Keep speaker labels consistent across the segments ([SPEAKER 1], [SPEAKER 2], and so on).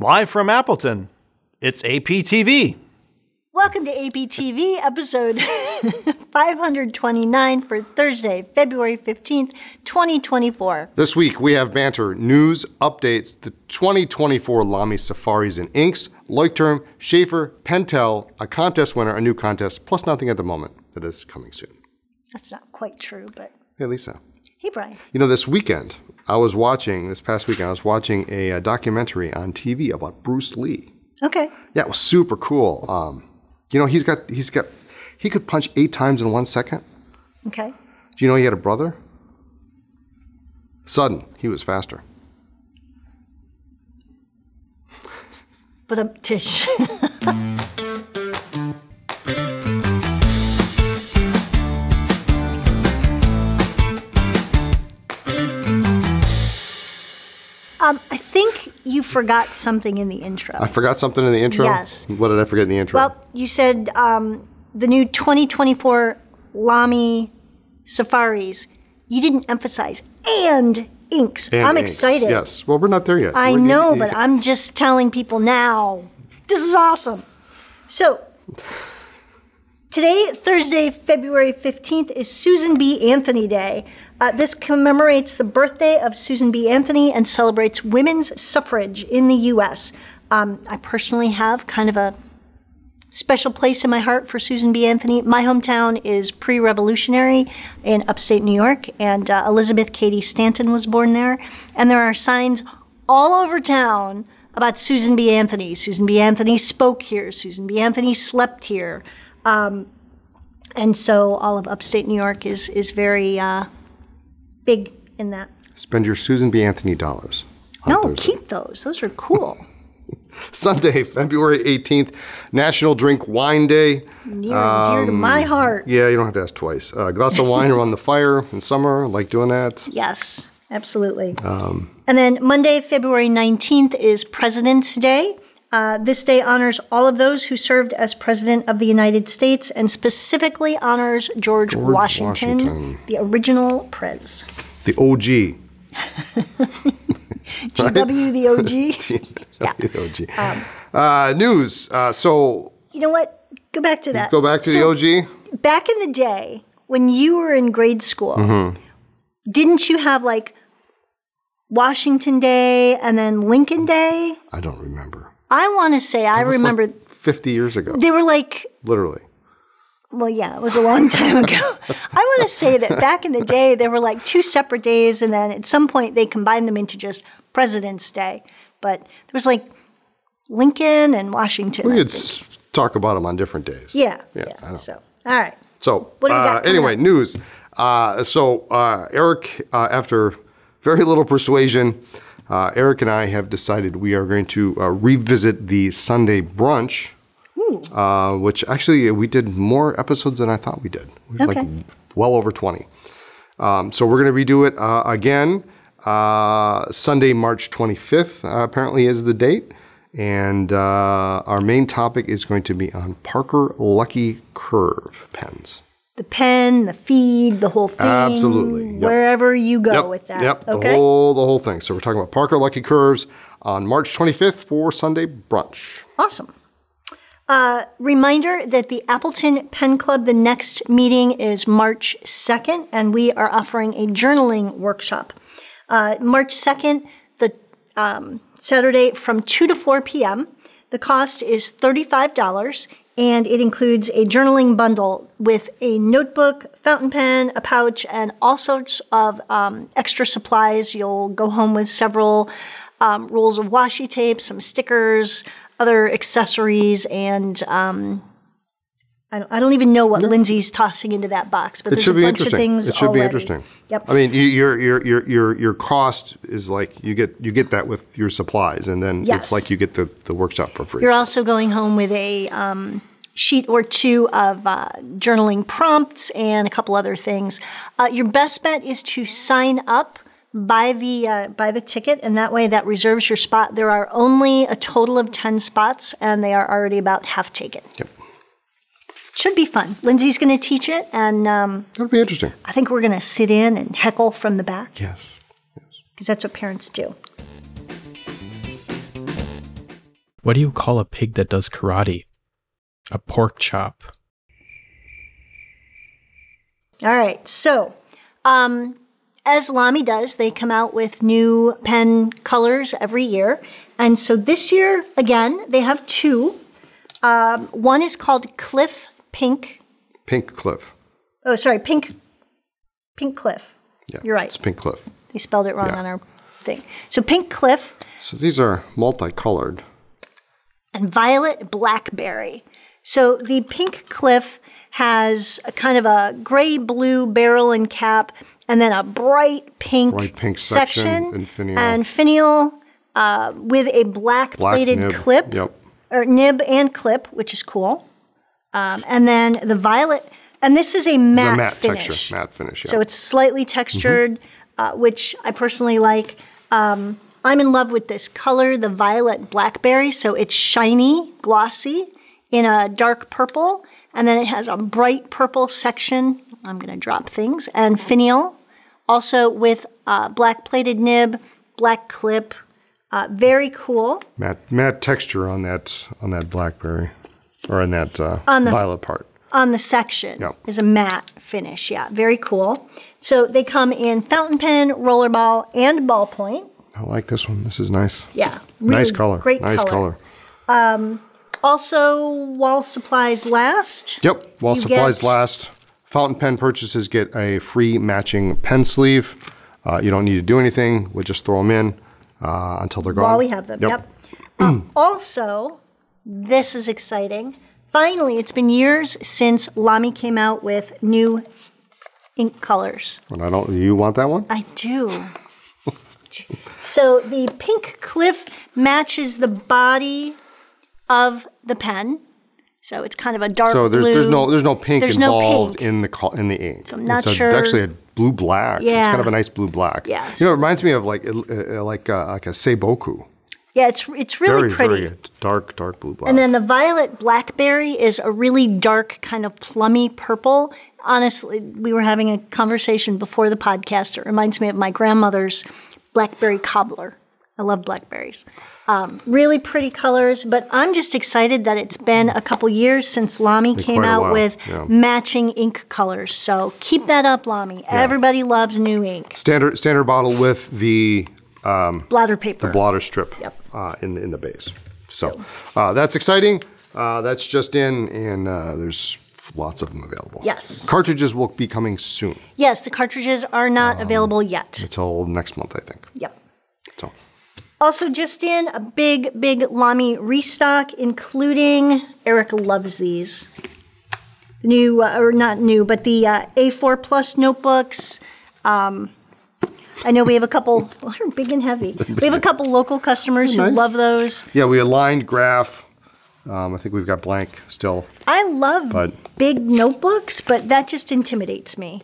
[SPEAKER 1] Live from Appleton, it's APTV.
[SPEAKER 2] Welcome to APTV episode 529 for Thursday, February 15th, 2024.
[SPEAKER 3] This week we have banter, news, updates, the 2024 Lamy Safaris and Inks, Leuchtturm, Schaefer, Pentel, a contest winner, a new contest, plus nothing at the moment that is coming soon.
[SPEAKER 2] That's not quite true, but
[SPEAKER 3] Hey, Lisa.
[SPEAKER 2] hey, Brian.
[SPEAKER 3] You know, this weekend I was watching, this past weekend, I was watching a, uh documentary on TV about Bruce Lee.
[SPEAKER 2] Okay.
[SPEAKER 3] Yeah, it was super cool. Um, you know, he's got, he's got, he could punch eight times in one second.
[SPEAKER 2] Okay.
[SPEAKER 3] Do you know he had a brother? Sudden, he was faster.
[SPEAKER 2] But I'm Tish. um, I think you forgot something in the intro.
[SPEAKER 3] I forgot something in the intro.
[SPEAKER 2] Yes.
[SPEAKER 3] What did I forget in the intro?
[SPEAKER 2] Well, you said um, the new 2024 Lamy safaris. You didn't emphasize and inks.
[SPEAKER 3] And
[SPEAKER 2] I'm
[SPEAKER 3] inks.
[SPEAKER 2] excited.
[SPEAKER 3] Yes. Well, we're not there yet.
[SPEAKER 2] I
[SPEAKER 3] We're-
[SPEAKER 2] know,
[SPEAKER 3] you-
[SPEAKER 2] but I'm just telling people now. This is awesome. So, today, Thursday, February 15th, is Susan B. Anthony Day. Uh, this commemorates the birthday of Susan B. Anthony and celebrates women's suffrage in the U.S. Um, I personally have kind of a special place in my heart for Susan B. Anthony. My hometown is pre revolutionary in upstate New York, and uh, Elizabeth Cady Stanton was born there. And there are signs all over town about Susan B. Anthony. Susan B. Anthony spoke here, Susan B. Anthony slept here. Um, and so all of upstate New York is, is very uh, big in that.
[SPEAKER 3] Spend your Susan B. Anthony dollars. on
[SPEAKER 2] No,
[SPEAKER 3] Thursday.
[SPEAKER 2] keep those. Those are cool.
[SPEAKER 3] Sunday, February 18th, National Drink Wine Day.
[SPEAKER 2] Near and dear to my heart.
[SPEAKER 3] Yeah, you don't have to ask twice. Uh, a glass of wine around the fire in summer. I like doing that.
[SPEAKER 2] Yes, absolutely.
[SPEAKER 3] Um,
[SPEAKER 2] and then Monday, February 19th is President's Day. Uh, this day honors all of those who served as President of the United States and specifically honors George, Washington,
[SPEAKER 3] Washington.
[SPEAKER 2] the original Prez.
[SPEAKER 3] The OG.
[SPEAKER 2] GW, the OG.
[SPEAKER 3] The OG.
[SPEAKER 2] Um,
[SPEAKER 3] uh, news. Uh, so
[SPEAKER 2] you know what? Go back to that.
[SPEAKER 3] go back to
[SPEAKER 2] So,
[SPEAKER 3] the OG.
[SPEAKER 2] Back in the day, when you were in grade school,
[SPEAKER 3] Mm-hmm.
[SPEAKER 2] didn't you have like Washington Day and then Lincoln Day?
[SPEAKER 3] I don't remember.
[SPEAKER 2] I want to say I
[SPEAKER 3] It's like
[SPEAKER 2] remember
[SPEAKER 3] 50 years ago,
[SPEAKER 2] they were like
[SPEAKER 3] literally.
[SPEAKER 2] well yeah it was a long time ago i want to say that back in the day there were like two separate days and then at some point they combined them into just president's day but there was like lincoln and washington
[SPEAKER 3] We
[SPEAKER 2] I
[SPEAKER 3] could
[SPEAKER 2] think.
[SPEAKER 3] s- talk about them on different days.
[SPEAKER 2] yeah
[SPEAKER 3] Yeah,
[SPEAKER 2] yeah,
[SPEAKER 3] I know.
[SPEAKER 2] so all right
[SPEAKER 3] So
[SPEAKER 2] What do we
[SPEAKER 3] uh,
[SPEAKER 2] got coming
[SPEAKER 3] anyway,
[SPEAKER 2] up?
[SPEAKER 3] news. Uh, so uh, Eric, uh, after very little persuasion, uh, Eric and I have decided we are going to uh, revisit the Sunday brunch, uh, which actually we did more episodes than I thought we did. We had, Like
[SPEAKER 2] Okay.
[SPEAKER 3] well over twenty. Um, so we're going to redo it uh, again. Uh, Sunday, March 25th, uh, apparently, is the date. And uh, our main topic is going to be on Parker Lucky Curve pens.
[SPEAKER 2] the pen the feed the whole thing
[SPEAKER 3] Absolutely, yep.
[SPEAKER 2] wherever you go
[SPEAKER 3] yep.
[SPEAKER 2] with that
[SPEAKER 3] Yep.
[SPEAKER 2] okay
[SPEAKER 3] The whole the whole thing. So we're talking about Parker Lucky Curves on March 25th for Sunday brunch.
[SPEAKER 2] Awesome. Uh, reminder that the Appleton Pen Club, the next meeting is March 2nd, and we are offering a journaling workshop. Uh, March 2nd, the um, Saturday from 2 to 4 p.m. The cost is $35, and it includes a journaling bundle with a notebook, fountain pen, a pouch, and all sorts of um, extra supplies. You'll go home with several um, rolls of washi tape, some stickers, other accessories, and um, I, don't, I don't even know what Lindsay's tossing into that box, but
[SPEAKER 3] It
[SPEAKER 2] there's
[SPEAKER 3] should
[SPEAKER 2] a
[SPEAKER 3] be
[SPEAKER 2] bunch of
[SPEAKER 3] interesting.
[SPEAKER 2] things.
[SPEAKER 3] It should
[SPEAKER 2] already.
[SPEAKER 3] be interesting.
[SPEAKER 2] Yep.
[SPEAKER 3] I mean, you- your your your your your cost is like you get you get that with your supplies, and then it's
[SPEAKER 2] Yes.
[SPEAKER 3] like you get the, the workshop for free.
[SPEAKER 2] You're also going home with a um, sheet or two of uh, journaling prompts and a couple other things. Uh, your best bet is to sign up buy the uh, buy the ticket and that way that reserves your spot there are only a total of 10 spots and they are already about half taken
[SPEAKER 3] Yep.
[SPEAKER 2] should be fun lindsay's going to teach it and um,
[SPEAKER 3] That'll be interesting.
[SPEAKER 2] i think we're going to sit in and heckle from the back
[SPEAKER 3] Yes.
[SPEAKER 2] because that's what parents do
[SPEAKER 4] What do you call a pig that does karate? A pork chop.
[SPEAKER 2] All right. So, um, as Lamy does, they come out with new pen colors every year. And so this year, again, they have two. Um, one is called Cliff Pink.
[SPEAKER 3] Pink Cliff.
[SPEAKER 2] Oh, sorry, Pink Pink Cliff.
[SPEAKER 3] Yeah,
[SPEAKER 2] You're right.
[SPEAKER 3] It's Pink Cliff.
[SPEAKER 2] They spelled it wrong
[SPEAKER 3] Yeah.
[SPEAKER 2] on our thing. So Pink Cliff
[SPEAKER 3] So these are multicolored.
[SPEAKER 2] and violet blackberry. So the pink cliff has a kind of a gray blue barrel and cap, and then a bright pink,
[SPEAKER 3] Bright pink section and finial.
[SPEAKER 2] and finial, uh, with a black,
[SPEAKER 3] Black
[SPEAKER 2] plated
[SPEAKER 3] nib.
[SPEAKER 2] clip
[SPEAKER 3] Yep.
[SPEAKER 2] or nib and clip, which is cool. Um, and then the violet, and this is a matte,
[SPEAKER 3] It's a matte
[SPEAKER 2] finish.
[SPEAKER 3] texture. Matte finish. Yeah.
[SPEAKER 2] So it's slightly textured, uh, which I personally like. Um, I'm in love with this color, the violet blackberry. So it's shiny, glossy in a dark purple, and then it has a bright purple section. I'm going to drop things and finial, also with uh, black plated nib, black clip. Uh, very cool.
[SPEAKER 3] matte matte texture on that on that blackberry, or on that uh, violet part.
[SPEAKER 2] on the section
[SPEAKER 3] Yep.
[SPEAKER 2] is a matte finish. Yeah, very cool. So they come in fountain pen, rollerball, and ballpoint.
[SPEAKER 3] I like this one. This is nice.
[SPEAKER 2] Yeah,
[SPEAKER 3] nice
[SPEAKER 2] really
[SPEAKER 3] color.
[SPEAKER 2] Great
[SPEAKER 3] nice color.
[SPEAKER 2] Also, while supplies last.
[SPEAKER 3] Yep. While
[SPEAKER 2] You
[SPEAKER 3] supplies
[SPEAKER 2] get-
[SPEAKER 3] last, fountain pen purchases get a free matching pen sleeve. Uh, you don't need to do anything. We'll just throw them in uh, until they're gone.
[SPEAKER 2] While we have them. Yep. Uh, also, this is exciting. Finally, it's been years since Lamy came out with new ink colors.
[SPEAKER 3] And I don't. You want that one?
[SPEAKER 2] I do. so the pink cliff matches the body of the pen. So it's kind of a dark
[SPEAKER 3] So there's
[SPEAKER 2] blue.
[SPEAKER 3] there's no there's no pink
[SPEAKER 2] There's no
[SPEAKER 3] involved
[SPEAKER 2] pink.
[SPEAKER 3] in the col- in the ink.
[SPEAKER 2] I'm not
[SPEAKER 3] it's a,
[SPEAKER 2] sure-
[SPEAKER 3] Actually, a blue black. It's
[SPEAKER 2] Yeah.
[SPEAKER 3] kind of a nice blue black.
[SPEAKER 2] Yes.
[SPEAKER 3] You know, it reminds me of like uh, uh, like uh, like a seiboku.
[SPEAKER 2] Yeah, it's it's really
[SPEAKER 3] very
[SPEAKER 2] pretty.
[SPEAKER 3] very dark dark blue black.
[SPEAKER 2] And then the violet blackberry is a really dark kind of plummy purple. Honestly, we were having a conversation before the podcast. It reminds me of my grandmother's blackberry cobbler. I love blackberries. Um, really pretty colors, but I'm just excited that it's been a couple years since Lamy came
[SPEAKER 3] quite a
[SPEAKER 2] out
[SPEAKER 3] while,
[SPEAKER 2] with
[SPEAKER 3] yeah.
[SPEAKER 2] matching ink colors. So keep that up, Lamy. Everybody loves new ink.
[SPEAKER 3] standard standard bottle with the
[SPEAKER 2] Bladder paper.
[SPEAKER 3] blotter strip
[SPEAKER 2] Yep.
[SPEAKER 3] uh, in the in the base. So uh, that's exciting. Uh, that's just in, and uh, there's lots of them available.
[SPEAKER 2] Yes.
[SPEAKER 3] Cartridges will be coming soon
[SPEAKER 2] yes, the cartridges are
[SPEAKER 3] Um,
[SPEAKER 2] not available yet.
[SPEAKER 3] until next month, I think.
[SPEAKER 2] Yep.
[SPEAKER 3] So
[SPEAKER 2] Also, just in a big, big Lamy restock, including Eric loves these. The new, uh, or not new, but the uh, A4 plus notebooks. Um, I know we have a couple, well, they're big and heavy. We have a couple local customers who
[SPEAKER 3] Nice.
[SPEAKER 2] love those.
[SPEAKER 3] yeah, we aligned graph. Um, I think we've got blank still.
[SPEAKER 2] I love
[SPEAKER 3] But-
[SPEAKER 2] big notebooks, but that just intimidates me.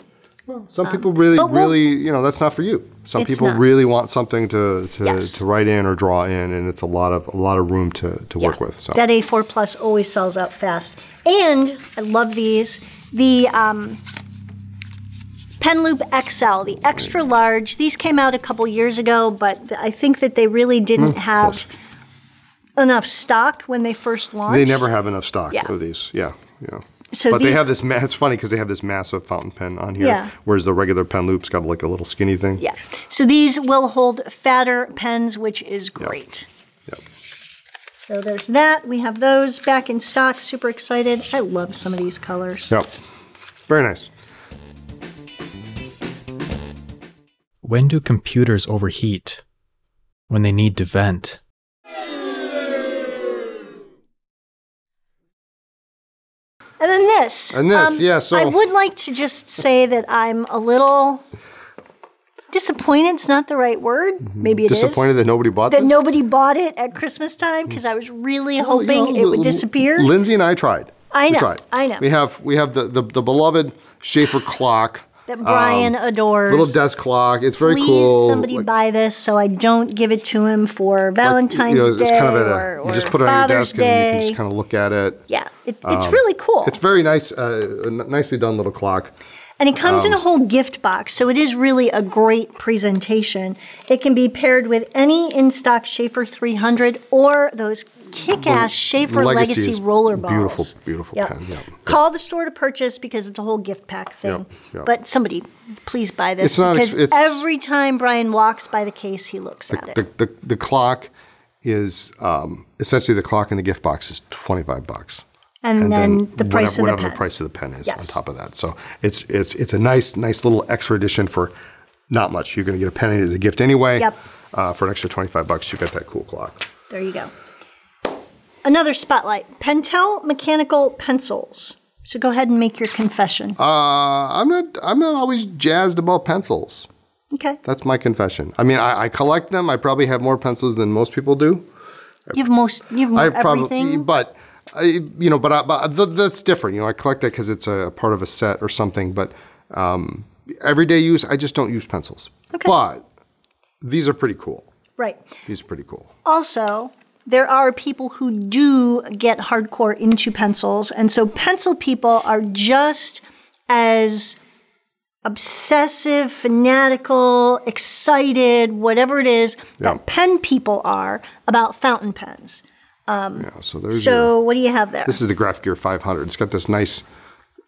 [SPEAKER 3] Some people really,
[SPEAKER 2] Um, but we'll-
[SPEAKER 3] really, you know, that's not for you. Some
[SPEAKER 2] It's
[SPEAKER 3] people
[SPEAKER 2] not.
[SPEAKER 3] really want something to to,
[SPEAKER 2] Yes.
[SPEAKER 3] to write in or draw in, and it's a lot of a lot of room to, to work
[SPEAKER 2] Yeah.
[SPEAKER 3] with. So
[SPEAKER 2] That A4 Plus always sells out fast. And I love these. The um, Penloop XL, the extra large. These came out a couple years ago, but th- I think that they really didn't have
[SPEAKER 3] close.
[SPEAKER 2] enough stock when they first launched.
[SPEAKER 3] They never have enough stock
[SPEAKER 2] Yeah.
[SPEAKER 3] of these. Yeah, yeah.
[SPEAKER 2] So
[SPEAKER 3] but they
[SPEAKER 2] these-
[SPEAKER 3] have this. Ma- it's funny because they have this massive fountain pen on here,
[SPEAKER 2] Yeah.
[SPEAKER 3] whereas the regular pen loop's got like a little skinny thing.
[SPEAKER 2] Yeah. So these will hold fatter pens, which is great.
[SPEAKER 3] Yep.
[SPEAKER 2] So there's that. We have those back in stock. Super excited. I love some of these colors.
[SPEAKER 3] Yep. Very nice.
[SPEAKER 4] When do computers overheat? When they need to vent.
[SPEAKER 2] And then this. Um,
[SPEAKER 3] And this, yeah, so-
[SPEAKER 2] I would like to just say that I'm a little disappointed's not the right word. Maybe it is
[SPEAKER 3] Mm-hmm. Disappointed that nobody bought
[SPEAKER 2] that
[SPEAKER 3] this?
[SPEAKER 2] nobody bought it at Christmas time because I was really
[SPEAKER 3] Well, you know,
[SPEAKER 2] hoping it would
[SPEAKER 3] L-
[SPEAKER 2] disappear.
[SPEAKER 3] Lindsay and I tried.
[SPEAKER 2] I
[SPEAKER 3] We
[SPEAKER 2] know,
[SPEAKER 3] tried.
[SPEAKER 2] I know.
[SPEAKER 3] We have we have the the, the beloved Schaefer clock,
[SPEAKER 2] that Brian adores.
[SPEAKER 3] um, little desk clock. It's very
[SPEAKER 2] Please,
[SPEAKER 3] cool.
[SPEAKER 2] somebody
[SPEAKER 3] Like-
[SPEAKER 2] buy this so I don't give it to him for
[SPEAKER 3] like, you know,
[SPEAKER 2] Valentine's
[SPEAKER 3] it's
[SPEAKER 2] Day
[SPEAKER 3] kind of at a-
[SPEAKER 2] or, or
[SPEAKER 3] you just put it on
[SPEAKER 2] Father's
[SPEAKER 3] your desk
[SPEAKER 2] Day.
[SPEAKER 3] and you can just kind of look at it.
[SPEAKER 2] yeah, it, it's really cool.
[SPEAKER 3] It's very nice, uh, a n- nicely done little clock.
[SPEAKER 2] And it comes
[SPEAKER 3] Um,
[SPEAKER 2] in a whole gift box, so it is really a great presentation. It can be paired with any in stock Schaefer 300 or those kick-ass Schaefer
[SPEAKER 3] Legacy
[SPEAKER 2] Legacy,
[SPEAKER 3] is
[SPEAKER 2] rollerballs.
[SPEAKER 3] beautiful, beautiful
[SPEAKER 2] Yep.
[SPEAKER 3] pen, yeah.
[SPEAKER 2] Call the store to purchase because it's a whole gift pack thing.
[SPEAKER 3] Yep, yep.
[SPEAKER 2] But somebody, please buy this
[SPEAKER 3] It's not ex-
[SPEAKER 2] because
[SPEAKER 3] it's-
[SPEAKER 2] every time Brian walks by the case, he looks at it.
[SPEAKER 3] The, the, the clock is um, essentially the clock in the gift box is 25 bucks.
[SPEAKER 2] and, then, the price of
[SPEAKER 3] whatever,
[SPEAKER 2] the
[SPEAKER 3] whatever
[SPEAKER 2] pen.
[SPEAKER 3] the price of the pen is on
[SPEAKER 2] Yes.
[SPEAKER 3] top of that. So it's it's it's a nice nice little extra addition for not much. You're going to get a pen as a gift anyway.
[SPEAKER 2] Yep.
[SPEAKER 3] Uh, for an extra 25 bucks, you get that cool clock.
[SPEAKER 2] There you go. Another spotlight Pentel mechanical pencils. So go ahead and make your confession.
[SPEAKER 3] Uh, I'm not I'm not always jazzed about pencils.
[SPEAKER 2] okay.
[SPEAKER 3] That's my confession. I mean, I, I collect them. I probably have more pencils than most people do.
[SPEAKER 2] You've most, you've
[SPEAKER 3] I
[SPEAKER 2] more
[SPEAKER 3] probably,
[SPEAKER 2] everything.
[SPEAKER 3] but I, you know, but, I, but th- that's different. You know, I collect that because it's a part of a set or something. But um, everyday use, I just don't use pencils.
[SPEAKER 2] Okay.
[SPEAKER 3] But these are pretty cool.
[SPEAKER 2] right.
[SPEAKER 3] These are pretty cool.
[SPEAKER 2] Also, there are people who do get hardcore into pencils. And so pencil people are just as obsessive, fanatical, excited, whatever it is that pen people are about fountain pens.
[SPEAKER 3] Yeah. So there's your,
[SPEAKER 2] So what do you have there?
[SPEAKER 3] this is the Graphic Gear 500. It's got this nice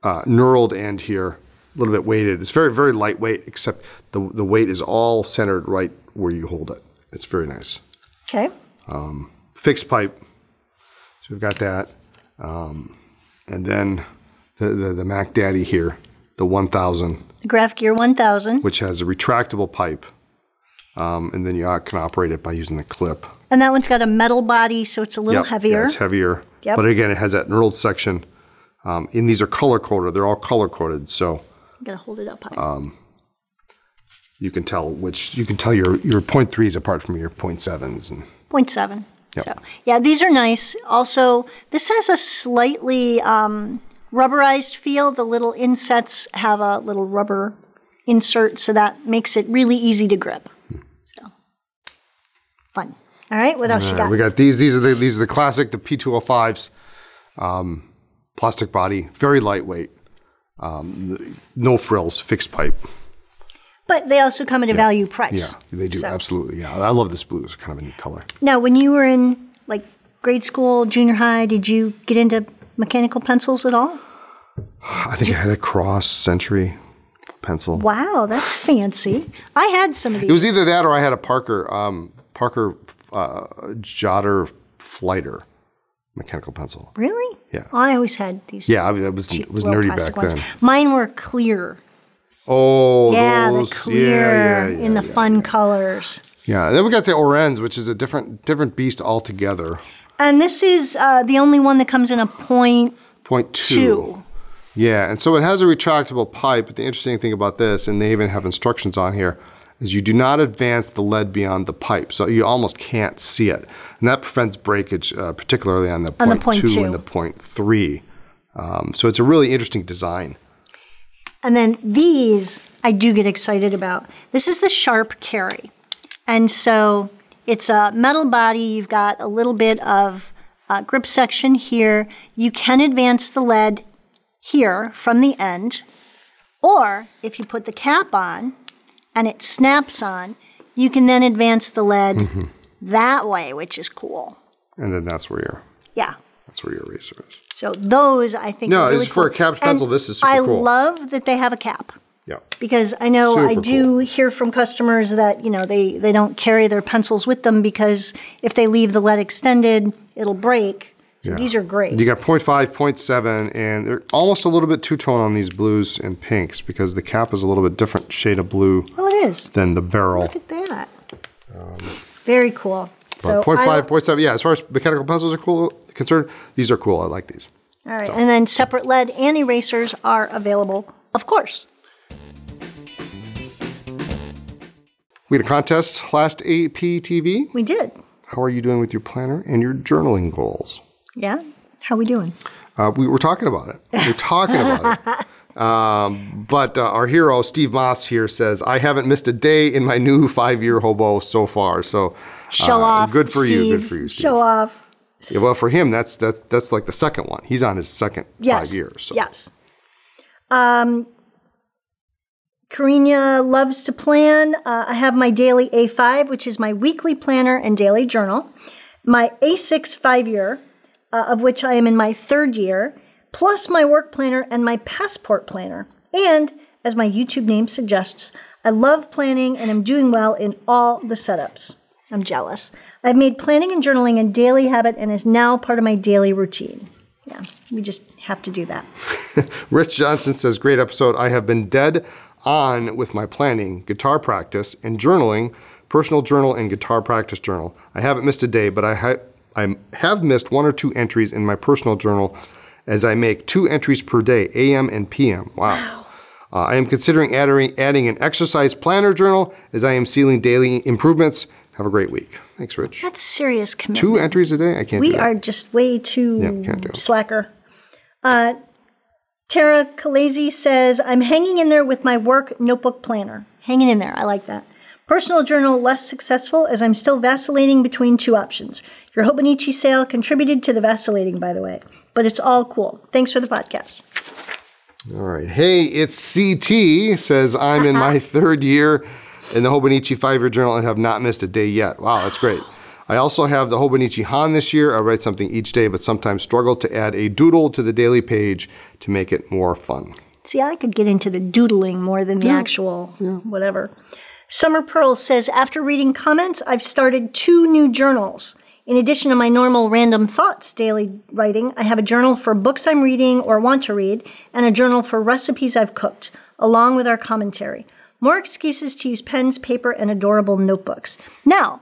[SPEAKER 3] uh, knurled end here, a little bit weighted. It's very very lightweight, except the the weight is all centered right where you hold it. It's very nice.
[SPEAKER 2] okay.
[SPEAKER 3] fixed pipe. So we've got that. Um, and then the, the, the Mac Daddy here, the 1000,
[SPEAKER 2] The Graph Gear 1000.
[SPEAKER 3] which has a retractable pipe. Um, and then you uh, can operate it by using the clip.
[SPEAKER 2] And that one's got a metal body, so it's a little
[SPEAKER 3] Yep,
[SPEAKER 2] heavier.
[SPEAKER 3] Yeah, it's heavier.
[SPEAKER 2] Yep.
[SPEAKER 3] But again, it has that knurled section. Um, and these are color coded. They're all color coded. So
[SPEAKER 2] I'm gonna hold it up high.
[SPEAKER 3] you can tell which, you can tell your, your point threes apart from your point sevens. And
[SPEAKER 2] Point seven.
[SPEAKER 3] Yep.
[SPEAKER 2] So yeah, these are nice. Also, this has a slightly um, rubberized feel. The little insets have a little rubber insert, so that makes it really easy to grip. So fun. All right, what else you
[SPEAKER 3] Uh,
[SPEAKER 2] got?
[SPEAKER 3] we got these. These are the these are the classic, the P205s, um, plastic body, very lightweight, um, th- no frills, fixed pipe.
[SPEAKER 2] but they also come at a value
[SPEAKER 3] Yeah,
[SPEAKER 2] price.
[SPEAKER 3] they do
[SPEAKER 2] So-
[SPEAKER 3] absolutely. Yeah, I love this blue. It's kind of a neat color.
[SPEAKER 2] Now, when you were in like grade school, junior high, did you get into mechanical pencils at all?
[SPEAKER 3] I think I had a cross century pencil.
[SPEAKER 2] Wow, that's fancy. I had some of these.
[SPEAKER 3] It was either that or I had a Parker um, Parker uh, Jotter Flighter mechanical pencil.
[SPEAKER 2] Really?
[SPEAKER 3] Yeah.
[SPEAKER 2] I always had these.
[SPEAKER 3] Yeah, I mean, that was it was
[SPEAKER 2] little
[SPEAKER 3] nerdy
[SPEAKER 2] plastic
[SPEAKER 3] back
[SPEAKER 2] ones.
[SPEAKER 3] then.
[SPEAKER 2] Mine were clear.
[SPEAKER 3] Oh,
[SPEAKER 2] yeah,
[SPEAKER 3] those
[SPEAKER 2] the
[SPEAKER 3] yeah,
[SPEAKER 2] clear
[SPEAKER 3] yeah, yeah,
[SPEAKER 2] in the
[SPEAKER 3] yeah.
[SPEAKER 2] fun colors.
[SPEAKER 3] Yeah, then we got the Orenz, which is a different different beast altogether.
[SPEAKER 2] And this is uh, the only one that comes in a point
[SPEAKER 3] Point two.
[SPEAKER 2] two.
[SPEAKER 3] Yeah, and so it has a retractable pipe. But the interesting thing about this, and they even have instructions on here, is you do not advance the lead beyond the pipe, so you almost can't see it, and that prevents breakage, uh, particularly on the point,
[SPEAKER 2] On the point
[SPEAKER 3] two,
[SPEAKER 2] two.
[SPEAKER 3] and the point three. Um, so it's a really interesting design.
[SPEAKER 2] And then these I do get excited about. This is the Sharp Carry. And so it's a metal body. You've got a little bit of uh, grip section here. You can advance the lead here from the end. Or if you put the cap on and it snaps on, you can then advance the lead
[SPEAKER 3] Mm-hmm.
[SPEAKER 2] that way, which is cool.
[SPEAKER 3] And then that's where your
[SPEAKER 2] Yeah.
[SPEAKER 3] that's where your eraser is.
[SPEAKER 2] So those I think
[SPEAKER 3] No,
[SPEAKER 2] are really
[SPEAKER 3] it's for a
[SPEAKER 2] cool.
[SPEAKER 3] capped
[SPEAKER 2] And
[SPEAKER 3] pencil, this is super
[SPEAKER 2] I
[SPEAKER 3] cool.
[SPEAKER 2] love that they have a cap
[SPEAKER 3] Yeah.
[SPEAKER 2] because I know I
[SPEAKER 3] Super
[SPEAKER 2] do
[SPEAKER 3] cool.
[SPEAKER 2] hear from customers that you know they they don't carry their pencils with them because if they leave the lead extended, it'll break. So
[SPEAKER 3] Yeah.
[SPEAKER 2] these are great.
[SPEAKER 3] You got 0.5, 0.7, and they're almost a little bit two tone on these blues and pinks because the cap is a little bit different shade of blue
[SPEAKER 2] oh, it is.
[SPEAKER 3] than the barrel.
[SPEAKER 2] Look at that. Very cool. So
[SPEAKER 3] Um, Point
[SPEAKER 2] I-
[SPEAKER 3] five, point seven. Yeah, as far as mechanical pencils are cool concerned, these are cool. I like these.
[SPEAKER 2] all right, and then separate lead and erasers are available, of course.
[SPEAKER 3] We had a contest last APTV.
[SPEAKER 2] We did.
[SPEAKER 3] How are you doing with your planner and your journaling goals?
[SPEAKER 2] Yeah. How we doing?
[SPEAKER 3] Uh, we were talking about it. We are talking about it. Um, but uh, our hero, Steve Moss, here says, I haven't missed a day in my new five year hobo so far. So
[SPEAKER 2] Show
[SPEAKER 3] uh,
[SPEAKER 2] off.
[SPEAKER 3] Good for you. Good
[SPEAKER 2] Steve.
[SPEAKER 3] for you, Steve.
[SPEAKER 2] Show off.
[SPEAKER 3] Yeah, well, for him, that's, that's, that's like the second one. He's on his second
[SPEAKER 2] Yes.
[SPEAKER 3] five years. So.
[SPEAKER 2] Yes. Um, Karina loves to plan. Uh, I have my daily A5, which is my weekly planner and daily journal. my A6 five year, uh, of which I am in my third year, plus my work planner and my passport planner. And as my YouTube name suggests, I love planning and am doing well in all the setups. I'm jealous. I've made planning and journaling a daily habit and is now part of my daily routine. Yeah, we just have to do that.
[SPEAKER 3] Rich Johnson says, Great episode. I have been dead on with my planning, guitar practice, and journaling, personal journal, and guitar practice journal. I haven't missed a day, but I, ha- I have missed one or two entries in my personal journal as I make two entries per day, AM and PM. Wow. Uh, I am considering adding, adding an exercise planner journal as I am sealing daily improvements. Have a great week. Thanks, Rich.
[SPEAKER 2] That's serious commitment.
[SPEAKER 3] Two entries a day? I can't do
[SPEAKER 2] We
[SPEAKER 3] that.
[SPEAKER 2] are just way too
[SPEAKER 3] Yeah, can't do it.
[SPEAKER 2] slacker. Uh, Tara Kalazi says, I'm hanging in there with my work notebook planner. Hanging in there. I like that. Personal journal, less successful as I'm still vacillating between two options. Your Hobonichi sale contributed to the vacillating, by the way, but it's all cool. Thanks for the podcast.
[SPEAKER 3] All right. Hey, it's CT says I'm in my third year in the Hobonichi Five Year Journal and have not missed a day yet. Wow, that's great. I also have the Hobonichi Han this year. I write something each day, but sometimes struggle to add a doodle to the daily page to make it more fun.
[SPEAKER 2] See, I could get into the doodling more than the actual whatever. Summer Pearl says, after reading comments, I've started two new journals. In addition to my normal random thoughts daily writing, I have a journal for books I'm reading or want to read, and a journal for recipes I've cooked, along with our commentary. More excuses to use pens, paper, and adorable notebooks. Now,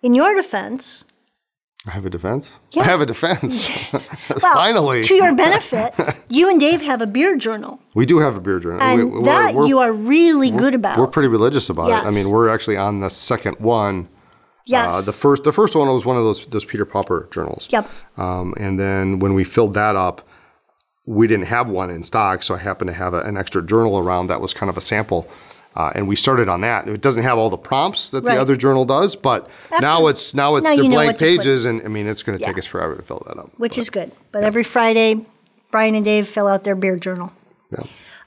[SPEAKER 2] in your defense,
[SPEAKER 3] I have a defense.
[SPEAKER 2] Yeah.
[SPEAKER 3] I have a defense.
[SPEAKER 2] well,
[SPEAKER 3] Finally,
[SPEAKER 2] to your benefit, you and Dave have a beer journal,
[SPEAKER 3] we do have a beer journal.
[SPEAKER 2] and
[SPEAKER 3] we,
[SPEAKER 2] that
[SPEAKER 3] we're,
[SPEAKER 2] you are really good about.
[SPEAKER 3] we're pretty religious about it. I
[SPEAKER 2] Yes.
[SPEAKER 3] mean, we're actually on the second one.
[SPEAKER 2] Yes.
[SPEAKER 3] Uh, the first, the first one was one of those those Peter Popper journals.
[SPEAKER 2] Yep.
[SPEAKER 3] Um, and then when we filled that up, we didn't have one in stock, so I happened to have a, an extra journal around that was kind of a sample. Uh, and we started on that. It doesn't have all the prompts that
[SPEAKER 2] Right.
[SPEAKER 3] the other journal does, but now it's now it's
[SPEAKER 2] now
[SPEAKER 3] the
[SPEAKER 2] you know
[SPEAKER 3] blank
[SPEAKER 2] what to put.
[SPEAKER 3] pages, and I mean it's going to take
[SPEAKER 2] Yeah.
[SPEAKER 3] us forever to fill that up.
[SPEAKER 2] which is good. But every Friday, Brian and Dave fill out their beer journal.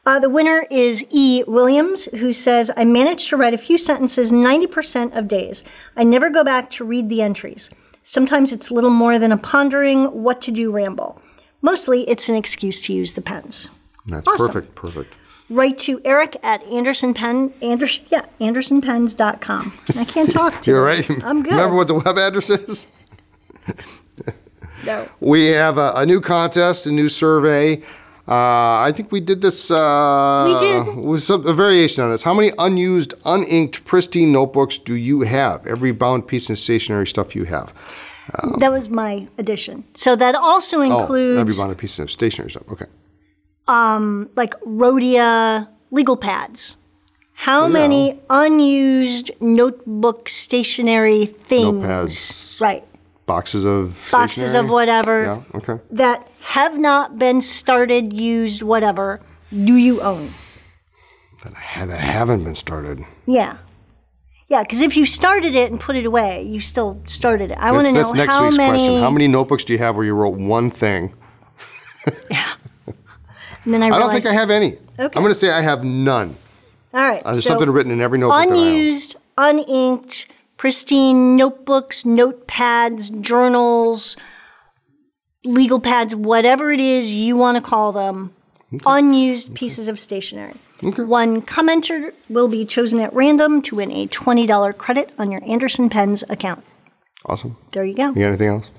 [SPEAKER 2] Uh, the winner is E. Williams, who says, I managed to write a few sentences 90% of days. I never go back to read the entries. Sometimes it's little more than a pondering what to do ramble. Mostly, it's an excuse to use the pens.
[SPEAKER 3] That's
[SPEAKER 2] Awesome.
[SPEAKER 3] perfect, perfect.
[SPEAKER 2] Write to Eric at Anderson Pen, Anders, yeah, AndersonPens.com. I can't talk to
[SPEAKER 3] You're right.
[SPEAKER 2] I'm good.
[SPEAKER 3] Remember what the web address is?
[SPEAKER 2] No.
[SPEAKER 3] We have a, a new contest, a new survey. Uh, I think we did this. Uh,
[SPEAKER 2] We did.
[SPEAKER 3] With some, a variation on this. How many unused, uninked, pristine notebooks do you have? Every bound piece and stationary stuff you have.
[SPEAKER 2] That was my addition. So that also
[SPEAKER 3] oh, every
[SPEAKER 2] includes
[SPEAKER 3] bound piece of stationary stuff. Okay.
[SPEAKER 2] um, like Rhodia legal pads. How
[SPEAKER 3] Oh,
[SPEAKER 2] many unused notebook stationery things?
[SPEAKER 3] Notepads.
[SPEAKER 2] Right.
[SPEAKER 3] Boxes of
[SPEAKER 2] Boxes
[SPEAKER 3] stationery?
[SPEAKER 2] of whatever
[SPEAKER 3] Yeah. Okay.
[SPEAKER 2] that have not been started, used, whatever, do you own?
[SPEAKER 3] That, I ha- that haven't been started.
[SPEAKER 2] Yeah. Yeah, because if you started it and put it away, you still started it. I want to
[SPEAKER 3] That's,
[SPEAKER 2] know
[SPEAKER 3] that's next
[SPEAKER 2] how,
[SPEAKER 3] week's
[SPEAKER 2] many,
[SPEAKER 3] question. How many notebooks do you have where you wrote one thing?
[SPEAKER 2] And then I,
[SPEAKER 3] I
[SPEAKER 2] realized,
[SPEAKER 3] don't think I have any.
[SPEAKER 2] Okay.
[SPEAKER 3] I'm going to say I have none.
[SPEAKER 2] All right.
[SPEAKER 3] Uh, There's
[SPEAKER 2] so
[SPEAKER 3] something written in every notebook that I own.
[SPEAKER 2] unused, uninked, pristine notebooks, notepads, journals, legal pads, whatever it is you want to call them, unused pieces of stationery. One commenter will be chosen at random to win a $20 credit on your Anderson Pens account.
[SPEAKER 3] Awesome.
[SPEAKER 2] There you go.
[SPEAKER 3] You got anything else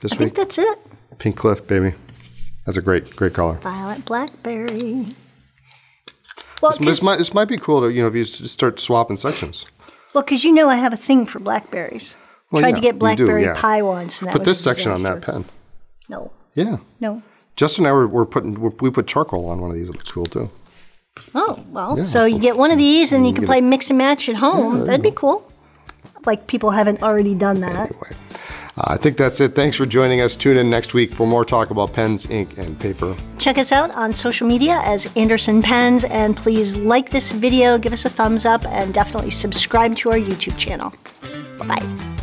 [SPEAKER 3] this
[SPEAKER 2] I
[SPEAKER 3] week?
[SPEAKER 2] think that's it.
[SPEAKER 3] Pink Cliff, baby. That's a great, great color.
[SPEAKER 2] Violet Blackberry. Well,
[SPEAKER 3] This, this
[SPEAKER 2] because
[SPEAKER 3] might, this might be cool to you know if you s- start swapping sections.
[SPEAKER 2] you know I have a thing for blackberries.
[SPEAKER 3] Well,
[SPEAKER 2] Tried
[SPEAKER 3] yeah,
[SPEAKER 2] to
[SPEAKER 3] you
[SPEAKER 2] get
[SPEAKER 3] do,
[SPEAKER 2] blackberry
[SPEAKER 3] yeah.
[SPEAKER 2] pie once, and that
[SPEAKER 3] Put
[SPEAKER 2] was a
[SPEAKER 3] this section on that
[SPEAKER 2] disaster.
[SPEAKER 3] pen.
[SPEAKER 2] No,
[SPEAKER 3] Yeah,
[SPEAKER 2] no.
[SPEAKER 3] Justin and I were, were putting we we put charcoal on one of these. It looks cool too.
[SPEAKER 2] Oh, well,
[SPEAKER 3] Yeah.
[SPEAKER 2] so you get one of these and you can
[SPEAKER 3] get
[SPEAKER 2] play
[SPEAKER 3] it.
[SPEAKER 2] mix and match at home. That'd be cool. Like people haven't already done that.
[SPEAKER 3] Anyway, uh, I think that's it. Thanks for joining us. Tune in next week for more talk about pens, ink, and paper.
[SPEAKER 2] Check us out on social media as Anderson Pens and please like this video, give us a thumbs up, and definitely subscribe to our YouTube channel. Bye bye.